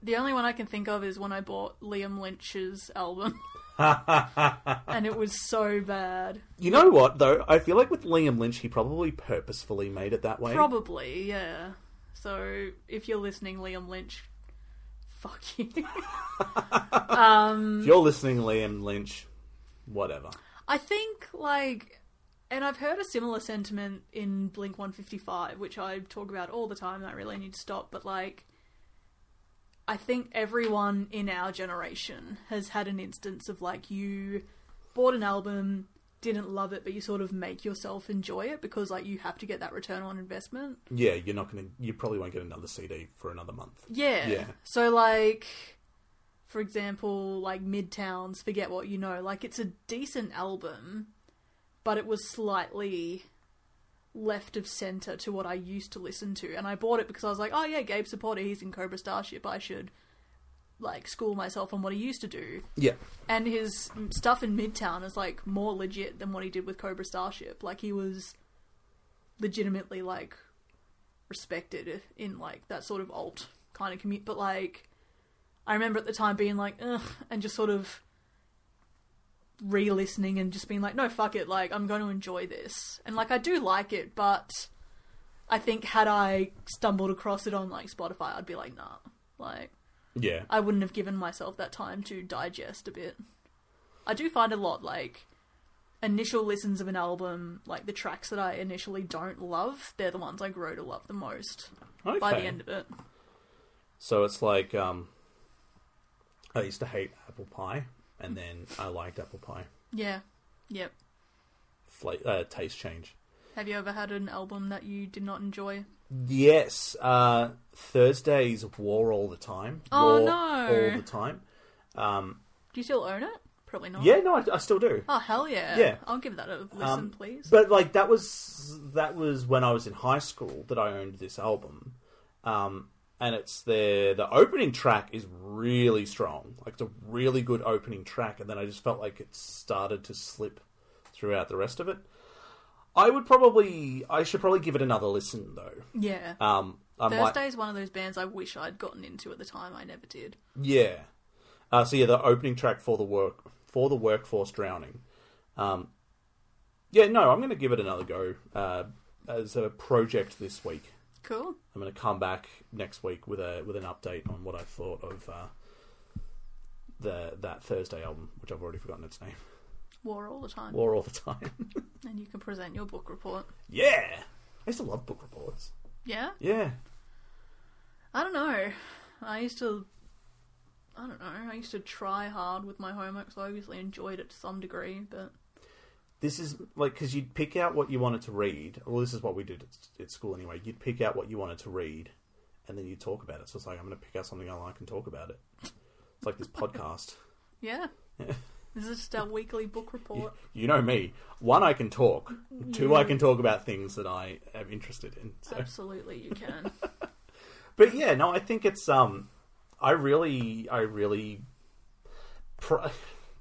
B: The only one I can think of is when I bought Liam Lynch's album. and it was so bad.
A: You know what though? I feel like with Liam Lynch he probably purposefully made it that way.
B: Probably, yeah. So if you're listening, Liam Lynch, fuck you.
A: if you're listening Liam Lynch, whatever.
B: I think, like, and I've heard a similar sentiment in Blink 155, which I talk about all the time, and I really need to stop, but, like, I think everyone in our generation has had an instance of, like, you bought an album, didn't love it, but you sort of make yourself enjoy it because, like, you have to get that return on investment.
A: Yeah, you're not going to you probably won't get another CD for another month.
B: Yeah.
A: Yeah.
B: So like for example, like Midtown's Forget What You Know, like it's a decent album, but it was slightly left of center to what I used to listen to. And I bought it because I was like, oh yeah, Gabe Supporter, he's in Cobra Starship. I should like school myself on what he used to do.
A: Yeah.
B: And his stuff in Midtown is like more legit than what he did with Cobra Starship. Like he was legitimately like respected in like that sort of alt kind of commute. But like, I remember at the time being like, ugh, and just sort of re-listening and just being like, no, fuck it. Like I'm going to enjoy this, and like I do like it, but I think had I stumbled across it on like Spotify, I'd be like, nah, like.
A: Yeah.
B: I wouldn't have given myself that time to digest a bit. I do find a lot like initial listens of an album, like the tracks that I initially don't love, they're the ones I grow to love the most
A: Okay.
B: by the end of it.
A: So it's like um, I used to hate apple pie, and then I liked apple pie.
B: Yeah. Yep.
A: Fla- uh, taste change.
B: Have you ever had an album that you did not enjoy?
A: Yes, uh, Thursdays war all the time.
B: Oh,
A: war
B: no.
A: all the time.
B: Do you still own it? Probably not.
A: Yeah, no, I, I still do.
B: Oh hell yeah.
A: Yeah.
B: I'll give that a listen,
A: Um,
B: please.
A: But like that was that was when I was in high school that I owned this album, um, and it's their the opening track is really strong, like it's a really good opening track, and then I just felt like it started to slip throughout the rest of it. I would probably. I should probably give it another listen though.
B: Yeah.
A: Um, I might.
B: Thursday's one of those bands I wish I'd gotten into at the time. I never did.
A: Yeah. Uh, so yeah, the opening track for the work for the workforce drowning. Um, yeah, no, I'm going to give it another go uh, as a project this week.
B: Cool.
A: I'm going to come back next week with a with an update on what I thought of uh, the that Thursday album, which I've already forgotten its name.
B: War all the time.
A: War all the time.
B: And you can present your book report.
A: [laughs] yeah, I used to love book reports.
B: Yeah?
A: Yeah,
B: I don't know. I used to. I don't know. I used to try hard with my homework, so I obviously enjoyed it to some degree, but.
A: this is like because you'd pick out what you wanted to read. Well, this is what we did at, at school anyway. You'd pick out what you wanted to read, and then you would talk about it. So it's like I'm going to pick out something I like and talk about it. It's like this podcast. [laughs]
B: Yeah. This is just our weekly book report.
A: You know me. One, I can talk. Two, I can talk about things that I am interested in. So.
B: Absolutely, you can.
A: But yeah, no, I think it's um, I really, I really, pr-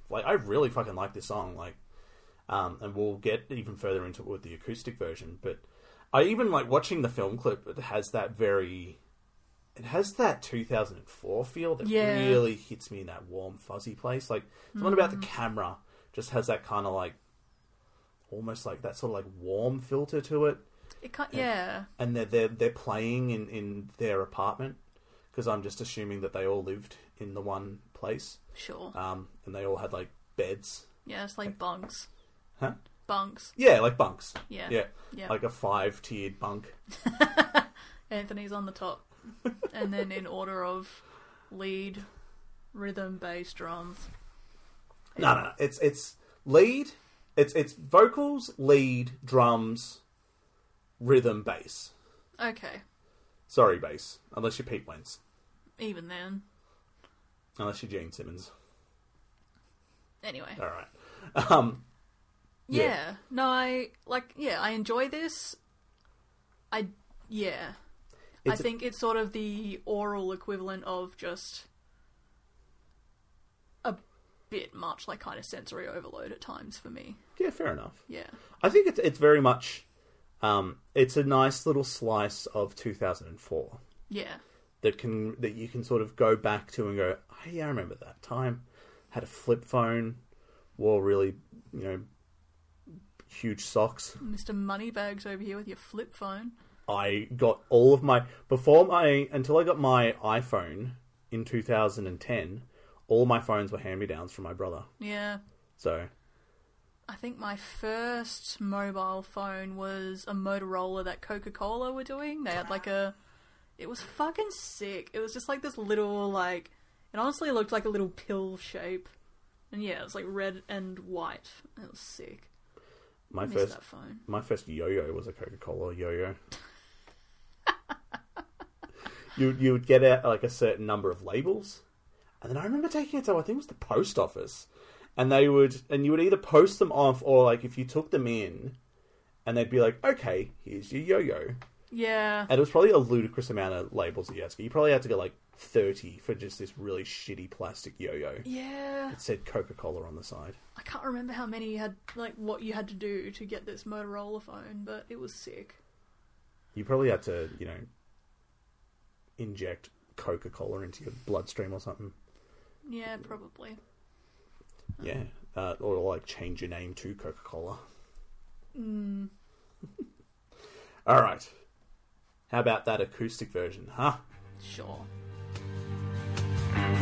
A: like, I really fucking like this song. Like, um, and we'll get even further into it with the acoustic version. But I even like watching the film clip. It has that very, it has that 2004 feel that
B: Yeah.
A: really hits me in that warm fuzzy place. Like, something about the camera just has that kind of like, almost like that sort of like warm filter to it
B: It can't, yeah.
A: and they're they're, they're playing in, in their apartment because I'm just assuming that they all lived in the one place,
B: Sure.
A: um, and they all had like beds,
B: Yeah, it's like bunks.
A: huh?
B: Bunks.
A: Yeah, like bunks.
B: Yeah.
A: yeah,
B: Yeah.
A: like a five tiered bunk.
B: Anthony's on
A: [laughs]
B: the top. and then in order of lead, rhythm, bass, drums.
A: No, no, no, it's it's lead, it's it's vocals, lead, drums, rhythm, bass.
B: Okay.
A: Sorry, bass, unless you're Pete Wentz,
B: Even then.
A: unless you're Gene Simmons.
B: Anyway.
A: All right, um,
B: Yeah.
A: Ah, Yeah.
B: No, I like yeah, I enjoy this. I yeah. I
A: It's a-
B: think it's sort of the oral equivalent of just a bit much, like kind of sensory overload at times for me.
A: yeah, fair enough.
B: Yeah.
A: I think it's it's very much um, it's a nice little slice of 2004
B: Yeah.
A: that can that you can sort of go back to and go, oh, yeah, I remember that time. Had a flip phone, wore really you know huge socks.
B: Mr. Moneybags over here with your flip phone.
A: I got all of my before my until I got my iPhone in 2010. All my phones were hand me downs from my brother.
B: Yeah.
A: So
B: I think my first mobile phone was a Motorola that Coca Cola were doing. They had like a. It was fucking sick. It was just like this little, like. It honestly looked like a little pill shape. And yeah, it was like red and white. It was sick.
A: my
B: I missed
A: first
B: that phone.
A: My first yo-yo was a Coca-Cola yo-yo. you you would get out like a certain number of labels, and then I remember taking it to I think it was the post office, and they would and you would either post them off or like if you took them in, and they'd be like, okay, here's your yo-yo,
B: Yeah.
A: and it was probably a ludicrous amount of labels that you had to. get. You probably had to get like thirty for just this really shitty plastic yo-yo.
B: Yeah.
A: It said Coca-Cola on the side.
B: I can't remember how many you had, like, what you had to do to get this Motorola phone, but it was sick.
A: You probably had to, you know, inject Coca Cola into your bloodstream or something.
B: Yeah, probably.
A: Yeah. Uh, or like change your name to Coca Cola.
B: Mm.
A: [laughs] All right. How about that acoustic version, huh?
B: Sure.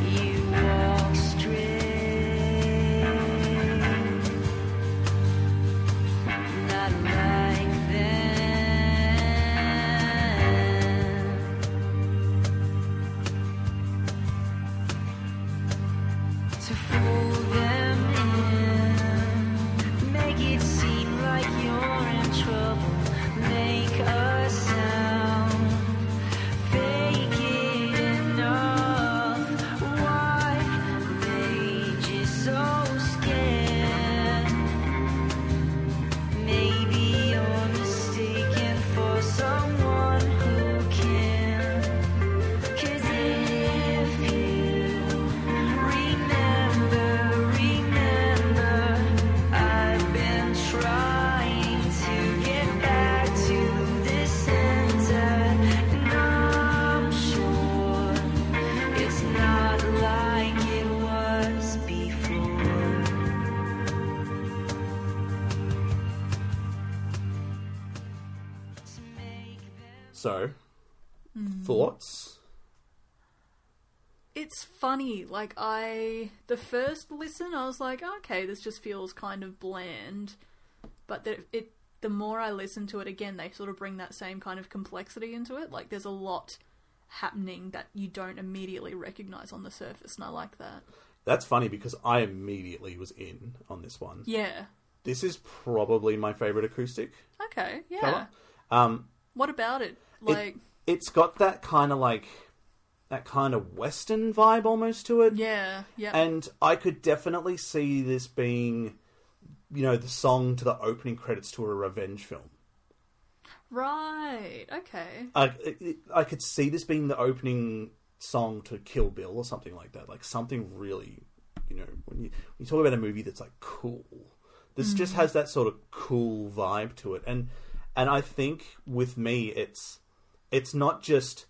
C: You walk straight, not like them. To fool them in, make it seem like you're in trouble. Make a sound, fake it
A: So,
B: Mm.
A: thoughts?
B: it's funny. Like I, the first listen, I was like, okay, this just feels kind of bland. But the, it, the more I listen to it again, they sort of bring that same kind of complexity into it. Like there's a lot happening that you don't immediately recognize on the surface, and I like that.
A: That's funny because I immediately was in on this one.
B: Yeah.
A: This is probably my favorite acoustic
B: Okay. Yeah.
A: cover. Um,
B: What about it?
A: it,
B: Like,
A: it's got that kind of like that kind of western vibe almost to it.
B: yeah, yeah,
A: And I could definitely see this being, you know, the song to the opening credits to a revenge film.
B: right. Okay.
A: I, it- I could see this being the opening song to Kill Bill or something like that. Like something really, you know, when you, when you talk about a movie that's like cool, this just has that sort of cool vibe to it. And and I think with me, it's it's not just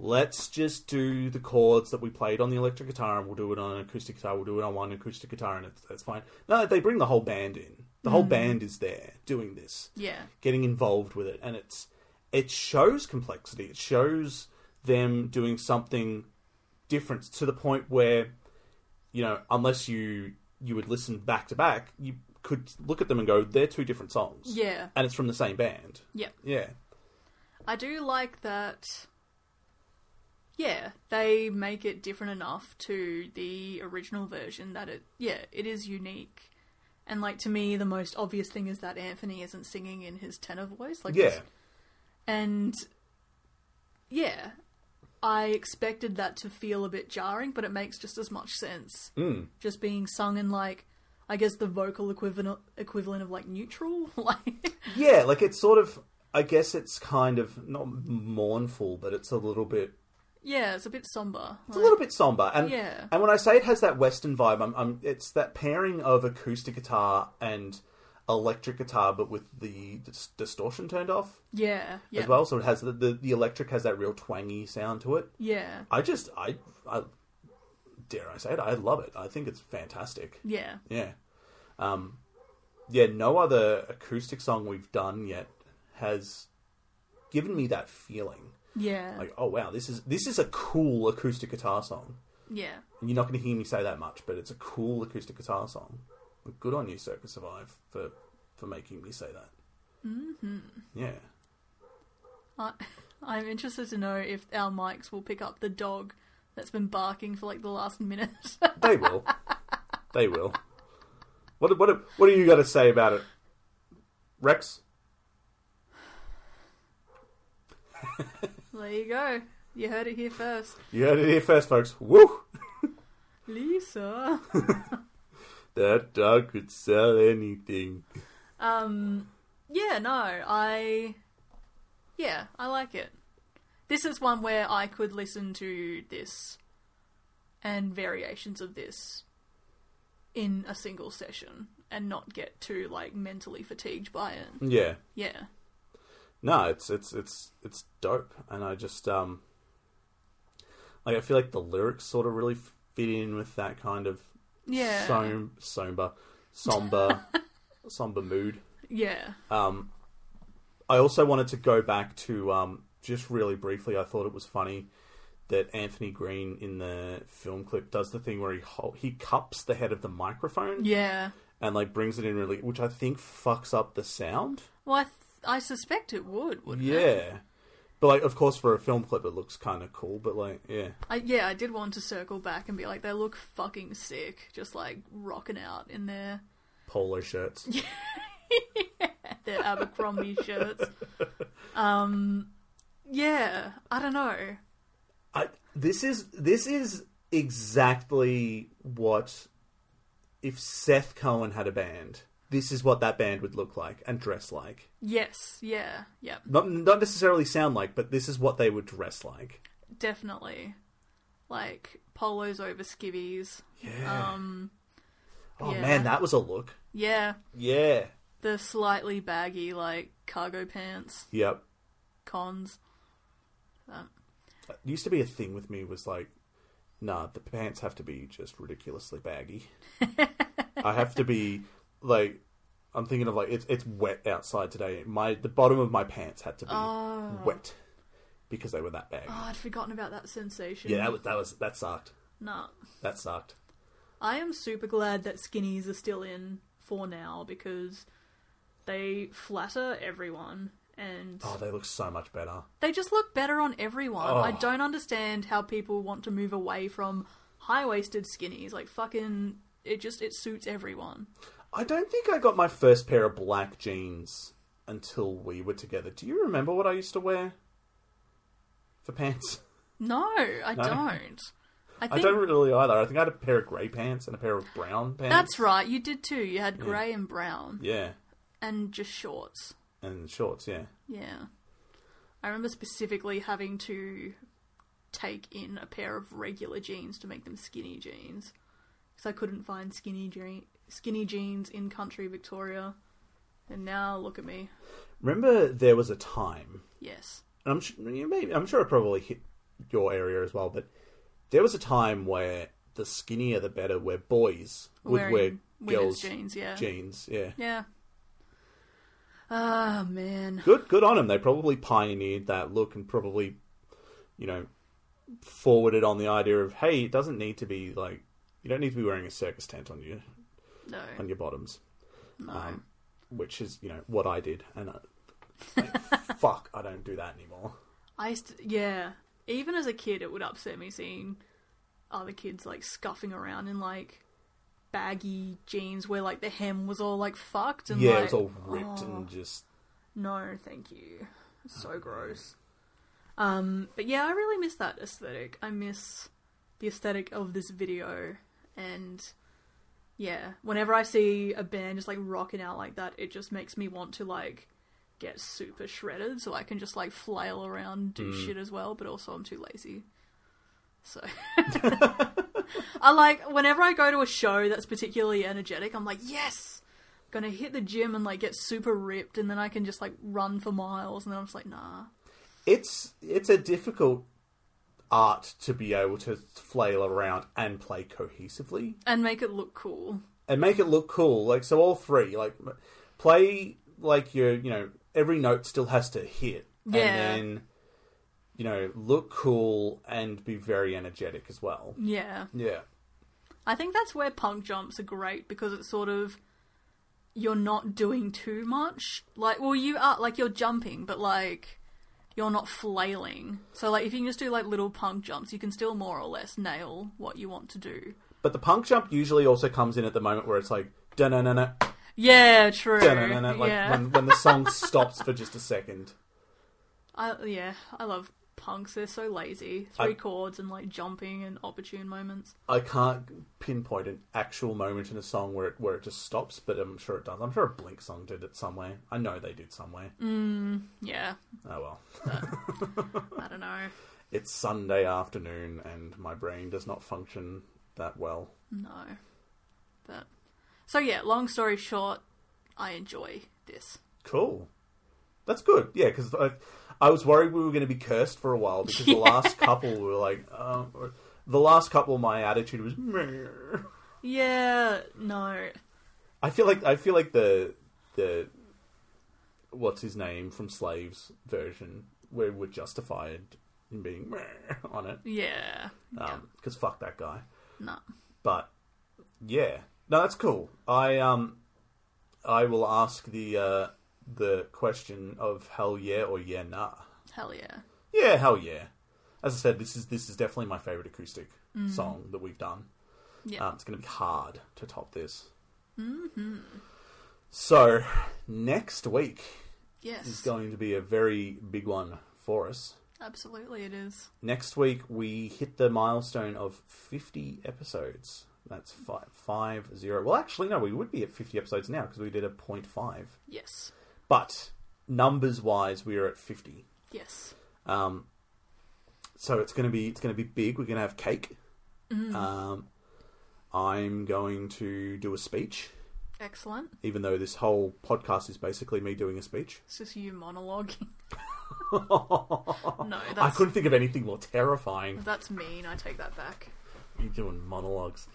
A: let's just do the chords that we played on the electric guitar and we'll do it on an acoustic guitar, we'll do it on one acoustic guitar, and it's, that's fine. No, they bring the whole band in. The whole band is there doing this
B: Yeah.
A: getting involved with it and it's it shows complexity it shows them doing something different to the point where you know unless you you would listen back to back you could look at them and go they're two different songs
B: Yeah.
A: and it's from the same band
B: Yep.
A: yeah
B: I do like that. Yeah, they make it different enough to the original version that it, yeah, it is unique. And like to me, the most obvious thing is that Anthony isn't singing in his tenor voice. Like,
A: yeah
B: it's- and yeah, I expected that to feel a bit jarring, but it makes just as much sense.
A: Mm.
B: Just being sung in like, I guess the vocal equivalent equivalent of like neutral, [laughs] like
A: yeah like it's sort of i guess it's kind of not mournful but it's a little bit
B: yeah, it's a bit somber.
A: It's a little bit somber, and
B: Yeah.
A: and when I say it has that Western vibe, I'm, I'm it's that pairing of acoustic guitar and electric guitar, but with the dis- distortion turned off
B: yeah, yeah,
A: as well. So it has the, the the electric has that real twangy sound to it.
B: yeah.
A: I just I I dare I say it, I love it. I think it's fantastic.
B: Yeah.
A: Yeah, um, yeah. No other acoustic song we've done yet has given me that feeling.
B: Yeah.
A: Like, oh wow, this is this is a cool acoustic guitar song.
B: yeah.
A: And you're not going to hear me say that much, but it's a cool acoustic guitar song. Well, good on you, Circus Survive, for for making me say that. Mm-hmm. Yeah.
B: I, [laughs] I'm interested to know if our mics will pick up the dog that's been barking for like the last minute. [laughs]
A: They will. they will. What what what do you got to say about it, Rex?
B: there you go. You heard it here first.
A: You heard it here first, folks. Woo!
B: Lisa.
A: That dog could sell anything.
B: Um yeah, no. I yeah, I like it. This is one where I could listen to this and variations of this in a single session and not get too like mentally fatigued by it.
A: Yeah.
B: Yeah.
A: No, it's it's it's it's dope, and I just um, like I feel like the lyrics sort of really fit in with that kind of
B: Yeah.
A: som- somber, somber, [laughs] somber mood.
B: Yeah.
A: Um, I also wanted to go back to um, just really briefly. I thought it was funny that Anthony Green in the film clip does the thing where he hol- he cups the head of the microphone
B: Yeah.
A: and like brings it in really, which I think fucks up the sound.
B: Well, I, th- I suspect it would, wouldn't
A: yeah.
B: it?
A: But like, of course, for a film clip, it looks kind of cool. But like, yeah,
B: I, yeah, I did want to circle back and be like, they look fucking sick, just like rocking out in their
A: polo shirts.
B: their
A: [laughs]
B: Abercrombie shirts. Um, yeah, I don't know.
A: I, this is this is exactly what if Seth Cohen had a band. This is what that band would look like and dress like.
B: Yes, yeah, yep,
A: Not not necessarily sound like, but this is what they would dress like.
B: definitely. Like polos over skivvies.
A: Yeah.
B: Um,
A: oh
B: yeah.
A: man, that was a look.
B: yeah,
A: Yeah.
B: the slightly baggy like cargo pants,
A: Yep.
B: cons.
A: It used to be a thing with me was like, nah, the pants have to be just ridiculously baggy. I have to be like, I'm thinking of like it's it's wet outside today. My the bottom of my pants had to be
B: Oh.
A: wet. because they were that bad.
B: Oh, I'd forgotten about that sensation.
A: yeah, that was, that was that sucked.
B: Nah.
A: That sucked.
B: I am super glad that skinnies are still in for now because they flatter everyone and
A: Oh, they look so much better.
B: they just look better on everyone. I
A: Oh.
B: don't understand how people want to move away from high waisted skinnies. Like fucking it just it suits everyone.
A: I don't think I got my first pair of black jeans until we were together. Do you remember what I used to wear for pants?
B: No, I
A: No?
B: don't. I
A: I
B: think
A: don't really either. I think I had a pair of grey pants and a pair of brown pants.
B: that's right. You did too. You had grey and brown
A: Yeah,
B: and just shorts.
A: and shorts. Yeah,
B: Yeah. I remember specifically having to take in a pair of regular jeans to make them skinny jeans because I couldn't find skinny je- skinny jeans in country Victoria. And now look at me.
A: remember there was a time
B: Yes.
A: and I'm sure, maybe I'm sure it probably hit your area as well, but there was a time where the skinnier the better, where boys would
B: Wearing
A: wear girls'
B: women's jeans, yeah.
A: jeans. Yeah,
B: Yeah. Ah, man.
A: good, good on them. They probably pioneered that look and probably, you know, forwarded on the idea of hey, it doesn't need to be like you don't need to be wearing a circus tent on your
B: No.
A: on your bottoms,
B: No.
A: um, which is you know what I did, and I,
B: [laughs]
A: like, fuck, I don't do that anymore.
B: I used to, yeah. Even as a kid, it would upset me seeing other kids like scuffing around in like baggy jeans where like the hem was all like fucked and
A: yeah,
B: like
A: it's all ripped
B: oh,
A: and just
B: no, thank you. It's so gross. Um, but yeah, I really miss that aesthetic. I miss the aesthetic of this video, and yeah, whenever I see a band just like rocking out like that, it just makes me want to like get super shredded so I can just like flail around and do shit as well. But also, I'm too lazy. So [laughs] I like whenever I go to a show that's particularly energetic, I'm like, yes, gonna hit the gym and like get super ripped, and then I can just like run for miles. And then I'm just like, nah,
A: it's it's a difficult art to be able to flail around and play cohesively
B: and make it look cool.
A: and make it look cool like so all three like m- play like your you know every note still has to hit
B: Yeah.
A: and then you know look cool and be very energetic as well
B: Yeah,
A: yeah
B: I think that's where punk jumps are great because it's sort of you're not doing too much. Like, well, you are like you're jumping, but like you're not flailing. So like if you can just do like little punk jumps, you can still more or less nail what you want to do.
A: but the punk jump usually also comes in at the moment where it's like dun dun dun
B: Yeah, true.
A: dun like
B: yeah.
A: when, when the song stops for just a second
B: I yeah, I love punks. They're so lazy. Three
A: I-
B: chords and like jumping and opportune moments.
A: I can't pinpoint an actual moment in a song where it where it just stops, but I'm sure it does. I'm sure a Blink song did it somewhere. I know they did somewhere.
B: Yeah,
A: Oh well,
B: I don't know.
A: it's Sunday afternoon and my brain does not function that well.
B: No, but so yeah. Long story short, I enjoy this.
A: Cool, that's good. Yeah, because I I was worried we were going to be cursed for a while because the last couple were like, uh, or- the last couple, my attitude was. Meh.
B: Yeah, no.
A: I feel like I feel like the the what's his name from Slaves version where we're justified in being [laughs] "Meh" on it
B: Yeah,
A: because fuck that guy.
B: no.
A: But yeah, no, that's cool. I um I will ask the uh, the question of hell yeah or yeah nah.
B: Hell yeah.
A: Yeah, hell yeah. As I said, this is this is definitely my favorite acoustic song that we've done.
B: Yeah.
A: Um, it's going to be hard to top this. Mm-hmm. So, next week is
B: yes.
A: going to be a very big one for us.
B: Absolutely, it is.
A: Next week, we hit the milestone of 50 episodes. That's five, five zero. Well, actually, no, we would be at 50 episodes now because we did a point five.
B: Yes.
A: But numbers wise, we are at 50.
B: Yes.
A: Um, so it's gonna be it's gonna be big. We're gonna have cake. Um, I'm going to do a speech,
B: Excellent.
A: even though this whole podcast is basically me doing a speech.
B: It's just you monologuing. [laughs]
A: I
B: No, that's
A: couldn't think of anything more
B: [laughs]
A: terrifying.
B: that's mean. I take that back.
A: You're doing monologues.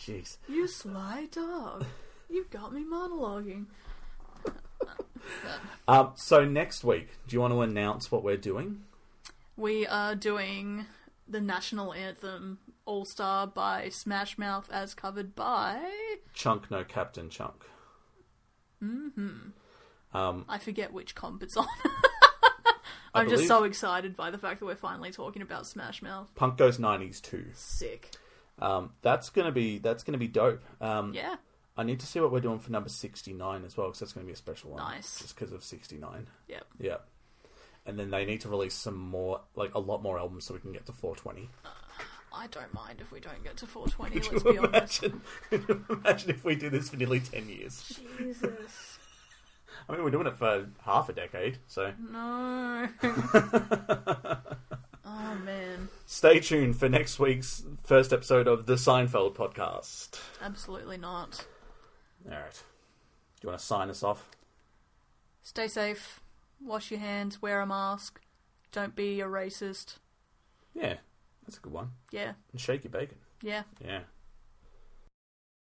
A: Jeez.
B: You sly dog. You got me monologuing.
A: Um, so next week, do you want to announce what we're doing?
B: We are doing the national anthem All Star by Smash Mouth as covered by
A: Chunk no Captain Chunk.
B: I forget which comp it's on. [laughs]
A: I
B: I'm just
A: believe-
B: so excited by the fact that we're finally talking about Smash Mouth.
A: Punk goes nineties too.
B: Sick.
A: Um, that's gonna be that's gonna be dope. Um,
B: Yeah.
A: I need to see what we're doing for number sixty nine as well because that's gonna be a special one.
B: Nice.
A: just because of sixty nine.
B: Yep.
A: Yeah, and then they need to release some more, like a lot more albums, so we can get to four twenty.
B: I don't mind if we don't get to 420, let's be honest.
A: [laughs] Imagine, imagine if we do this for nearly ten years.
B: Jesus.
A: I mean, we're doing it for half a decade, so
B: No. [laughs] oh, man.
A: stay tuned for next week's first episode of the Seinfeld podcast.
B: Absolutely not.
A: All right, do you want to sign us off?
B: Stay safe. Wash your hands. Wear a mask. Don't be a racist.
A: Yeah, that's a good one.
B: Yeah.
A: And shake your bacon.
B: Yeah.
A: Yeah.